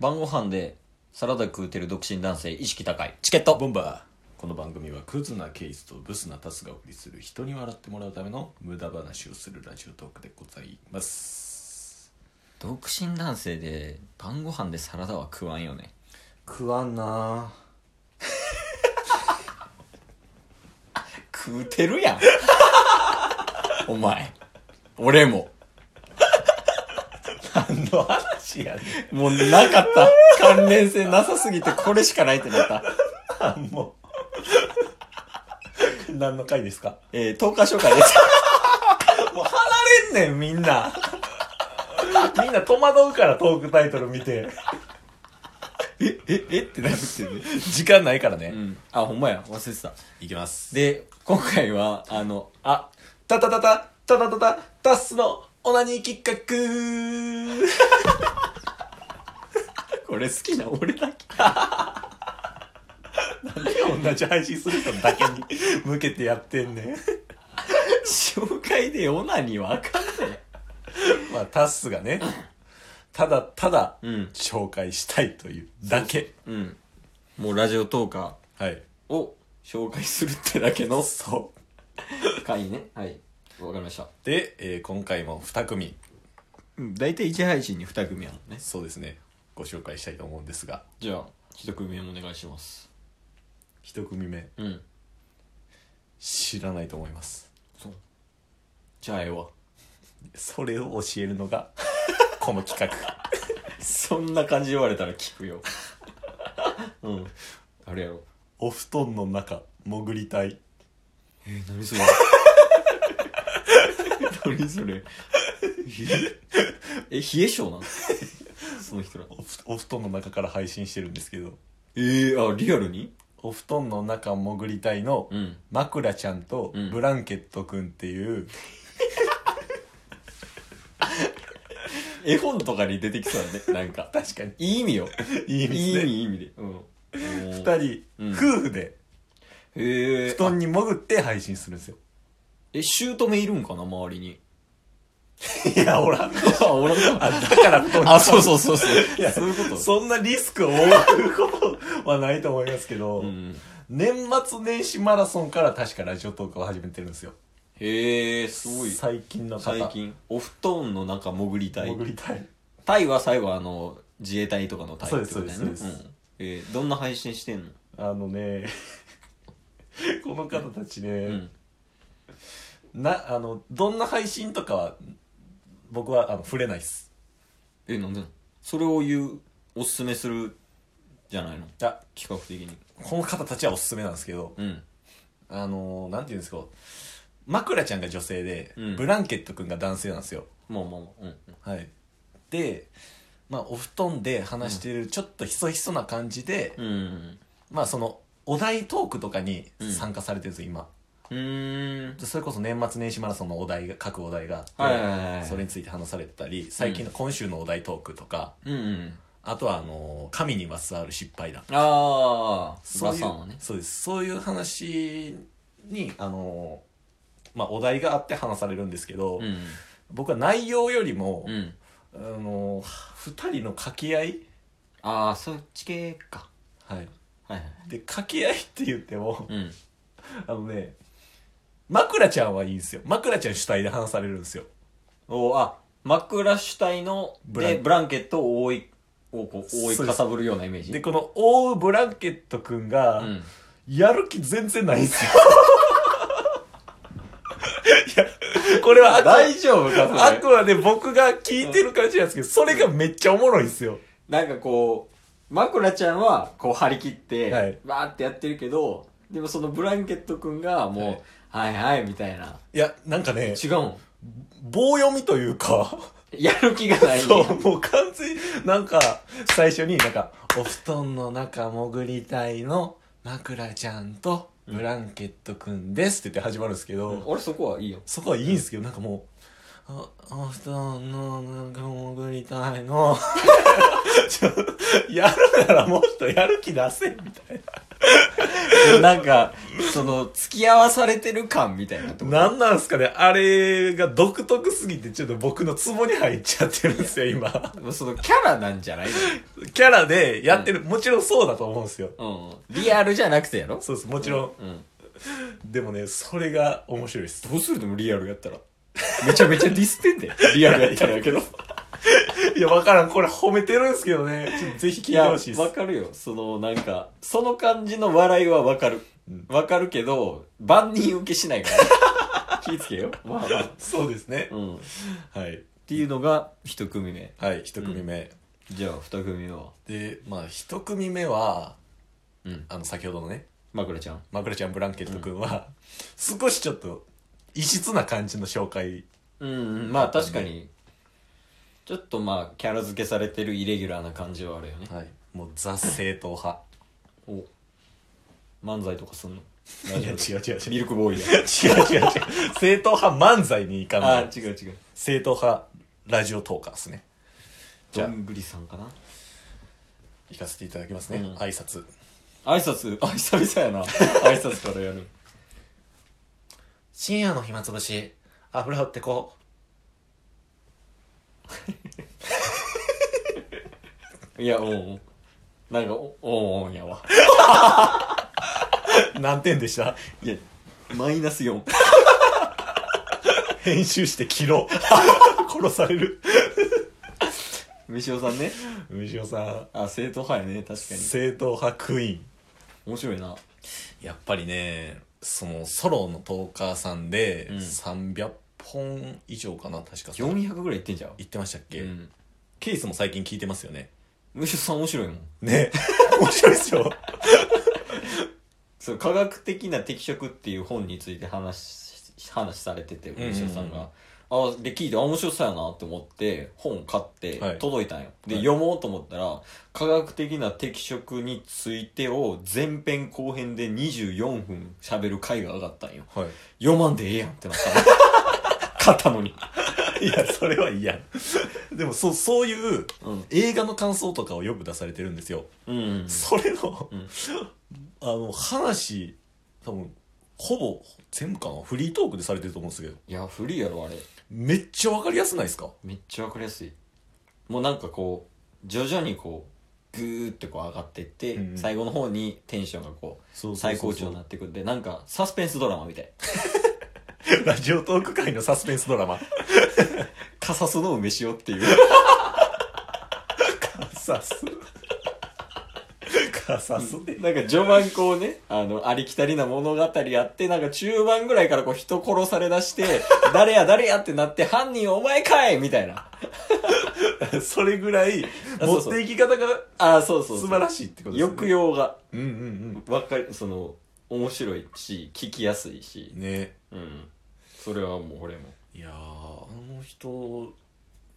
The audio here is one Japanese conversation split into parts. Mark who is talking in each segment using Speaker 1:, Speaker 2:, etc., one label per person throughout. Speaker 1: 晩ご飯でサラダ食うてる独身男性意識高いチケット
Speaker 2: ボンバーこの番組はクズなケイスとブスなタスがお送りする人に笑ってもらうための無駄話をするラジオトークでございます
Speaker 1: 独身男性で晩ご飯でサラダは食わんよね
Speaker 2: 食わんな
Speaker 1: 食うてるやん お前俺も
Speaker 2: 何の話やね
Speaker 1: もうなかった関連性なさすぎてこれしかないってなった、
Speaker 2: んもう何の回ですか
Speaker 1: えー、10日紹介です もう離れんねんみんな
Speaker 2: みんな戸惑うからトークタイトル見て
Speaker 1: えええってなるってね
Speaker 2: 時間ないから
Speaker 1: う
Speaker 2: ね、
Speaker 1: んあほんまや忘れてた
Speaker 2: いきます
Speaker 1: で今回はあの
Speaker 2: あたたたたたたたたタスのオナニー企画
Speaker 1: これ好きな俺だけ
Speaker 2: 同じ配信する人だけに向けてやってんねん
Speaker 1: 紹介でオナニーはあかんね
Speaker 2: まあタスがねただただ
Speaker 1: うん
Speaker 2: 紹介したいというだけ、
Speaker 1: うんもうラジオトーカ
Speaker 2: はい
Speaker 1: ーを紹介するってだけ の
Speaker 2: そう
Speaker 1: 回ねはいわかりました
Speaker 2: で、えー今回も2組
Speaker 1: うん大体1配信に2組あるね
Speaker 2: そうですねご紹介したいと思うんですが
Speaker 1: じゃあ1組目お願いします
Speaker 2: 1組目
Speaker 1: うん
Speaker 2: 知らないと思います
Speaker 1: そうじゃあええわ
Speaker 2: それを教えるのが この企画
Speaker 1: そんな感じで言われたら聞くよ うんあれやろ
Speaker 2: お布団の中潜りたい
Speaker 1: え何 それ何それえ冷え性なのその人ら
Speaker 2: お布お布団の中から配信してるんですけど
Speaker 1: えー、あリアルに
Speaker 2: お布団の中潜りたいの
Speaker 1: うん
Speaker 2: まくらちゃんと
Speaker 1: うん
Speaker 2: ブランケットくんっていう、
Speaker 1: 絵本とかに出てきそうだねなんか
Speaker 2: 確かに
Speaker 1: いい意味よい
Speaker 2: いい意
Speaker 1: い
Speaker 2: 味
Speaker 1: 意
Speaker 2: ですね
Speaker 1: 味いい意味でうん
Speaker 2: 2人、
Speaker 1: うん
Speaker 2: 夫婦で
Speaker 1: へえ
Speaker 2: 布団に潜って配信するんですよ
Speaker 1: え姑いるんかな周りに
Speaker 2: いやほら
Speaker 1: あ俺
Speaker 2: あだから布団に
Speaker 1: あそうそうそうそう
Speaker 2: いや
Speaker 1: そういうこと
Speaker 2: そんなリスクを負うことはないと思いますけど、
Speaker 1: うん
Speaker 2: 年末年始マラソンから確かラジオトークを始めてるんですよ
Speaker 1: へえすごい
Speaker 2: 最近の方
Speaker 1: 最近お布団の中潜りたい
Speaker 2: 潜りたい
Speaker 1: タイは最後あの自衛隊とかのタイってことだよね
Speaker 2: そうですそうですそうです
Speaker 1: んえーどんな配信してんの
Speaker 2: あのね この方たちね、
Speaker 1: うん
Speaker 2: なあのどんな配信とかは僕はあの触れないっす
Speaker 1: えなんでなのそれを言うおすすめするじゃないの
Speaker 2: いや
Speaker 1: 企画的に
Speaker 2: この方たちはおすすめなんですけど、
Speaker 1: うん
Speaker 2: あのー、なんていうんですか枕ちゃんが女性で、
Speaker 1: うん
Speaker 2: ブランケットくんが男性なんですよ
Speaker 1: まあまあまあうん
Speaker 2: はいでまあお布団で話してるちょっとひそひそな感じで、
Speaker 1: うんうん
Speaker 2: まあそのお題トークとかに
Speaker 1: うん
Speaker 2: 参加されてるんですよ今
Speaker 1: うーん
Speaker 2: それこそ年末年始マラソンのお題が各お題があって、
Speaker 1: はいはいはいはい
Speaker 2: それについて話されてたり最近の今週のお題トークとか、
Speaker 1: うんうん
Speaker 2: あとはあのー神にまつわる失敗談
Speaker 1: ああ
Speaker 2: そうい
Speaker 1: さんは
Speaker 2: う
Speaker 1: ね
Speaker 2: そうですそういう話にあのーまあお題があって話されるんですけど、
Speaker 1: うん
Speaker 2: 僕は内容よりも、
Speaker 1: うん
Speaker 2: あのー二人の掛け合い、
Speaker 1: ああそっち系か
Speaker 2: はい、
Speaker 1: はいはい
Speaker 2: で掛け合いって言っても
Speaker 1: うん
Speaker 2: あのね枕ちゃんはいいんですよ枕ちゃん主体で話されるんですよ
Speaker 1: おあ枕主体の
Speaker 2: ブラン
Speaker 1: でブランケットを覆いをこう覆い
Speaker 2: そうです
Speaker 1: かさぶるようなイメージ
Speaker 2: でこの覆うブランケットくんが、
Speaker 1: うん
Speaker 2: やる気全然ないんですよ いやこれはあく
Speaker 1: 大丈夫かそれ
Speaker 2: あくまで僕が聞いてる感じなんですけど、それがめっちゃおもろいんですよ。
Speaker 1: なんかこう、枕ちゃんはこう張り切って、
Speaker 2: はい
Speaker 1: バーってやってるけど、でもそのブランケットくんがもう、はい、はいみたいな。
Speaker 2: いや、なんかね、
Speaker 1: 違うもん。
Speaker 2: 棒読みというか、
Speaker 1: やる気がない。
Speaker 2: そう、もう完全に、なんか、最初になんか、お布団の中潜りたいの、枕ちゃんと、ブランケットくんですって言って始まるんですけど、
Speaker 1: 俺そこはいいよ。
Speaker 2: そこはいいんですけど、なんかもう、あお布団の中潜りたいの、 ちょやるならもっとやる気出せみたいな。
Speaker 1: なんか、その、付き合わされてる感みたいなとこ
Speaker 2: なんなんすかねあれが独特すぎてちょっと僕のツボに入っちゃってるんですよ今
Speaker 1: その、キャラなんじゃない
Speaker 2: キャラでやってる、もちろんそうだと思うんですよ
Speaker 1: のうん。リアルじゃなくてやろ
Speaker 2: そうですもちろん、
Speaker 1: うん。
Speaker 2: でもねそれが面白いです
Speaker 1: どうするでもリアルやったら。めちゃめちゃディスってんだよ。 リアルやったらやけど。
Speaker 2: いやわからんこれ褒めてるんですけどねちょっとぜひ聞いてほしいで
Speaker 1: わ
Speaker 2: す
Speaker 1: かるよ。その、なんか、その感じの笑いはわかる
Speaker 2: うん。
Speaker 1: わかるけど、万人受けしない から。気ぃつけよ。まあまあ。
Speaker 2: そうですね、
Speaker 1: うん。っ
Speaker 2: はい
Speaker 1: ていうのが、一組目。
Speaker 2: はい一組目、
Speaker 1: じゃあ、二組目は。
Speaker 2: でまあ一組目は
Speaker 1: うん。
Speaker 2: あの先ほどのね
Speaker 1: 枕ちゃん。
Speaker 2: まくらちゃんブランケットくんは、少しちょっと異質な感じの紹介
Speaker 1: うん、まあ確かに。ちょっとまあ、キャラ付けされてるイレギュラーな感じはあるよね。
Speaker 2: はいもうザ正統派
Speaker 1: お漫才とかすんの
Speaker 2: いや違う違う違う
Speaker 1: ミルクボーイだ。
Speaker 2: 違う違う違う正統派漫才にいかな
Speaker 1: あ
Speaker 2: い
Speaker 1: ー、違う違う。
Speaker 2: 正統派ラジオトーカーですねじ
Speaker 1: ど
Speaker 2: ゃ
Speaker 1: んぐりさんかな
Speaker 2: 行かせていただきますね、
Speaker 1: うん
Speaker 2: 挨拶
Speaker 1: 挨拶、 あ、久々やな。挨拶からやる。
Speaker 2: 深夜の暇つぶし油掘ってこ
Speaker 1: いや、おうおうなんか、おおうおうやわ。
Speaker 2: う何点でした
Speaker 1: いや、マイナス4。
Speaker 2: 編集して切ろう 殺される
Speaker 1: 飯尾さんね。
Speaker 2: 虫尾さ
Speaker 1: あ、正統派やね、確
Speaker 2: ん
Speaker 1: かに。
Speaker 2: 正統派クイーン
Speaker 1: 面白いな。
Speaker 2: やっぱりねそのソロのトーカーさんで
Speaker 1: うん
Speaker 2: 300本以上かな確か言
Speaker 1: 400ぐらいいってんじゃん。
Speaker 2: ってましたっけ、
Speaker 1: うん。
Speaker 2: ケースも最近聞いてますよね
Speaker 1: 飯尾さん面白いもん。
Speaker 2: ね 面白いっすよ
Speaker 1: そう、科学的な適色っていう本について話し、話されてて、
Speaker 2: んうん
Speaker 1: 西尾さんが。あ、で、聞いて、あ、面白そうやなって思って、本買って
Speaker 2: はい、
Speaker 1: 届いたんよ。で、
Speaker 2: はい
Speaker 1: 読もうと思ったら、科学的な適色についてを前編後編で24分喋る回が上がったんよ。
Speaker 2: は
Speaker 1: 読まんでええやんってなった の。買ったのに。
Speaker 2: いいやそれはいいやでもそうそういう
Speaker 1: うん。
Speaker 2: 映画の感想とかをよく出されてるんですよ、
Speaker 1: うん。
Speaker 2: それの、
Speaker 1: うん
Speaker 2: あの話多分ほぼ全部かなフリートークでされてると思うんですけど
Speaker 1: いや、古いやろ、あれ。
Speaker 2: めっちゃわかりやすないですか
Speaker 1: めっちゃわかりやすいもうなんかこう徐々にこうグーってこう上がってって、
Speaker 2: うんうん
Speaker 1: 最後の方にテンションがこう最高潮になってくんでなんかサスペンスドラマみたい
Speaker 2: ラジオトーク界のサスペンスド ラマ
Speaker 1: カサスの梅塩っていう
Speaker 2: カサスカサスで
Speaker 1: なんか序盤こうねあのありきたりな物語やってなんか中盤ぐらいからこう人殺されだして 誰や誰やってなって犯人お前かいみたいな
Speaker 2: それぐらい
Speaker 1: あ
Speaker 2: 持
Speaker 1: そう
Speaker 2: っ
Speaker 1: そう
Speaker 2: ていき方が
Speaker 1: ああそうそうそ
Speaker 2: 素
Speaker 1: う
Speaker 2: 晴らしいってことですね
Speaker 1: 抑揚が
Speaker 2: うんうん
Speaker 1: わかりその面白いし聞きやすいし
Speaker 2: うんね
Speaker 1: うんそれはもう俺も
Speaker 2: いやーあの人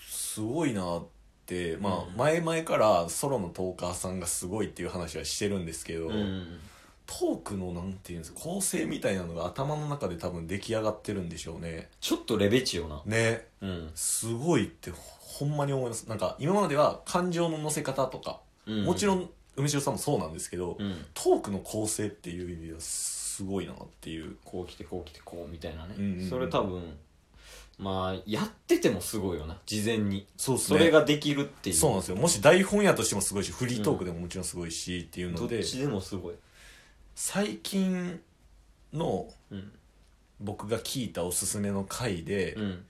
Speaker 2: すごいなって
Speaker 1: う
Speaker 2: まあ
Speaker 1: ん
Speaker 2: 前々からソロのトーカーさんがすごいっていう話はしてるんですけど、
Speaker 1: うん
Speaker 2: トークのなんていうんですか構成みたいなのが頭の中で多分出来上がってるんでしょうね
Speaker 1: ちょっとレベチよな。
Speaker 2: ね
Speaker 1: うん。
Speaker 2: すごいってほんまに思いますなんか今までは感情の乗せ方とか、もちろ
Speaker 1: ん。
Speaker 2: ん梅城さんもそうなんですけど、
Speaker 1: うん。
Speaker 2: トークの構成っていう意味ではすごいなっていう
Speaker 1: こう来てこう来てこうみたいなね。
Speaker 2: うんうんうん
Speaker 1: それ多分、まあ、やっててもすごいよな。事前に。
Speaker 2: そう
Speaker 1: それができるっていう。
Speaker 2: そうなんですよもし台本やとしてもすごいしフリートークでももちろんすごいしっていう
Speaker 1: ど
Speaker 2: の
Speaker 1: っ
Speaker 2: で、
Speaker 1: ちでもすごい。
Speaker 2: 最近の
Speaker 1: うん。
Speaker 2: 僕が聞いたおすすめの回で、
Speaker 1: うん。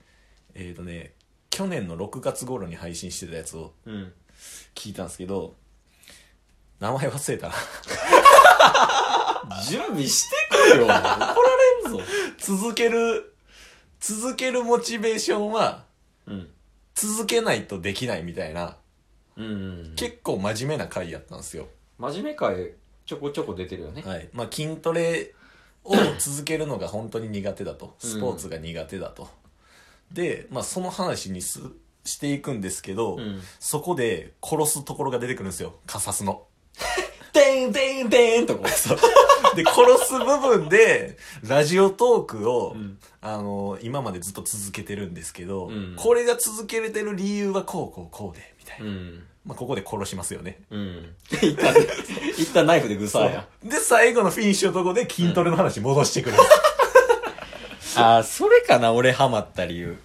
Speaker 2: えっ、とね去年の6月頃に配信してたやつを
Speaker 1: うん。
Speaker 2: 聞いたんですけど名前忘れたな
Speaker 1: 準備してこ いよ。怒られんぞ。
Speaker 2: 続ける続けるモチベーションは
Speaker 1: うん。
Speaker 2: 続けないとできないみたいな
Speaker 1: うんうん。
Speaker 2: 結構真面目な回やったんですよ
Speaker 1: 真面目会、ちょこちょこ出てるよね。
Speaker 2: はいまあ、筋トレを続けるのが本当に苦手だと
Speaker 1: うん
Speaker 2: スポーツが苦手だと、で、まあ、その話にすしていくんですけど、
Speaker 1: うん。
Speaker 2: そこで殺すところが出てくるんですよカサスの
Speaker 1: でんでんでんとこう。
Speaker 2: そうで、殺す部分で、ラジオトークを、
Speaker 1: うん
Speaker 2: あの、今までずっと続けてるんですけど、
Speaker 1: うん
Speaker 2: これが続けれてる理由はこうこうこうで、みたいな。
Speaker 1: うん。
Speaker 2: まあ、ここで殺しますよ ね。
Speaker 1: うん。一旦、一旦ナイフでグサーや。
Speaker 2: で、最後のフィニッシュのとこで筋トレの話戻してくる。
Speaker 1: ああ、それかな、俺ハマった理由。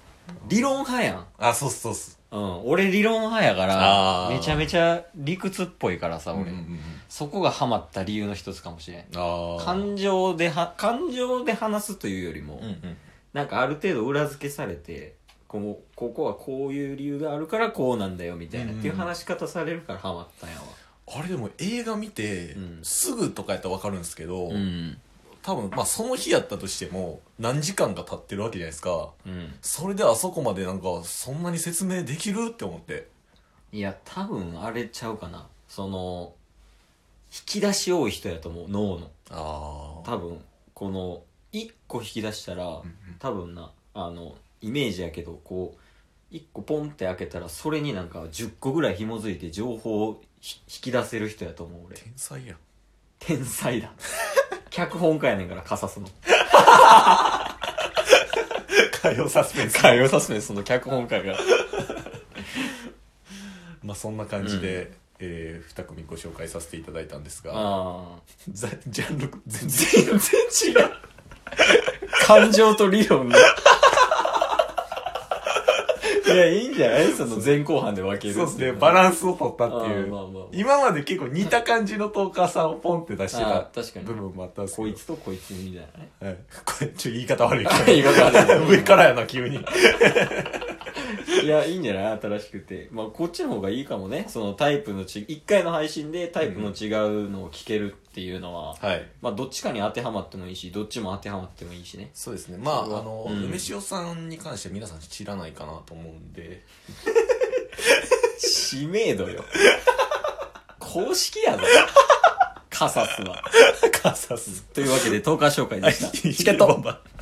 Speaker 1: 理論派やん。
Speaker 2: あ、そうっすそうっす。
Speaker 1: うん。俺理論派やか
Speaker 2: あ
Speaker 1: ら、
Speaker 2: ー
Speaker 1: めちゃめちゃ理屈っぽいからさ、俺。
Speaker 2: うんうんうん
Speaker 1: そこがハマった理由の一つかもしれん。
Speaker 2: ああ。
Speaker 1: 感情では、感情で話すというよりも、
Speaker 2: うんうん。
Speaker 1: なんかある程度裏付けされて、このここはこういう理由があるからこうなんだよみたいな、
Speaker 2: うん
Speaker 1: っていう話し方されるからハマったんやわ。
Speaker 2: あれでも映画見て、
Speaker 1: うん
Speaker 2: すぐとかやったらわかるんですけど、
Speaker 1: ん。
Speaker 2: 多分、まあ、その日やったとしても、何時間か経ってるわけじゃないですか。
Speaker 1: うん。
Speaker 2: それであそこまでなんか、そんなに説明できるって思って。
Speaker 1: いや、多分あれちゃうかな。その、引き出し多い人やと思う、脳の。
Speaker 2: ああ。
Speaker 1: 多分、この、一個引き出したら、多分な、あの、イメージやけど、こう、一個ポンって開けたら、それになんか10個ぐらい紐づいて情報をひ引き出せる人やと思う、俺。
Speaker 2: 天才や。
Speaker 1: 天才 だ。脚本家やねんから、カサスの。
Speaker 2: 火曜サスペンス。
Speaker 1: 海洋サスペンスの脚本家が。
Speaker 2: まあ、そんな感じで、えー、二組ご紹介させていただいたんですが、
Speaker 1: ああ。
Speaker 2: ざジャンル、全然。
Speaker 1: 全然違う。感情と理論の。いや、いいんじゃないその前後半で分ける。
Speaker 2: そうですね、バ
Speaker 1: ン
Speaker 2: ランスを取ったっていう。
Speaker 1: まあまあまあ
Speaker 2: 今まで結構似た感じのトーカーさんをポンって出して
Speaker 1: あ
Speaker 2: た
Speaker 1: ー確かに
Speaker 2: 部分もあったんですけ
Speaker 1: こ
Speaker 2: ど
Speaker 1: い。つとこいつみたいなね。
Speaker 2: はいこれ、ちょ、言い方悪いけ ど
Speaker 1: 言い方悪い
Speaker 2: 上からやな、急に。
Speaker 1: いや、いいんじゃない新しくて。まあ、こっちの方がいいかもね。そのタイプのち、一回の配信でタイプの違うのを聞けるっていうのは、
Speaker 2: はい。
Speaker 1: まあ、どっちかに当てはまってもいいし、どっちも当てはまってもいいしね。
Speaker 2: そうですね。まあ、あ
Speaker 1: それは
Speaker 2: の、
Speaker 1: うん
Speaker 2: 梅塩さんに関しては皆さん知らないかなと思うんで。
Speaker 1: 知名度よ。公式やぞ。カサスは。
Speaker 2: カサス。
Speaker 1: というわけで、10日紹介でした。
Speaker 2: チケットボンバー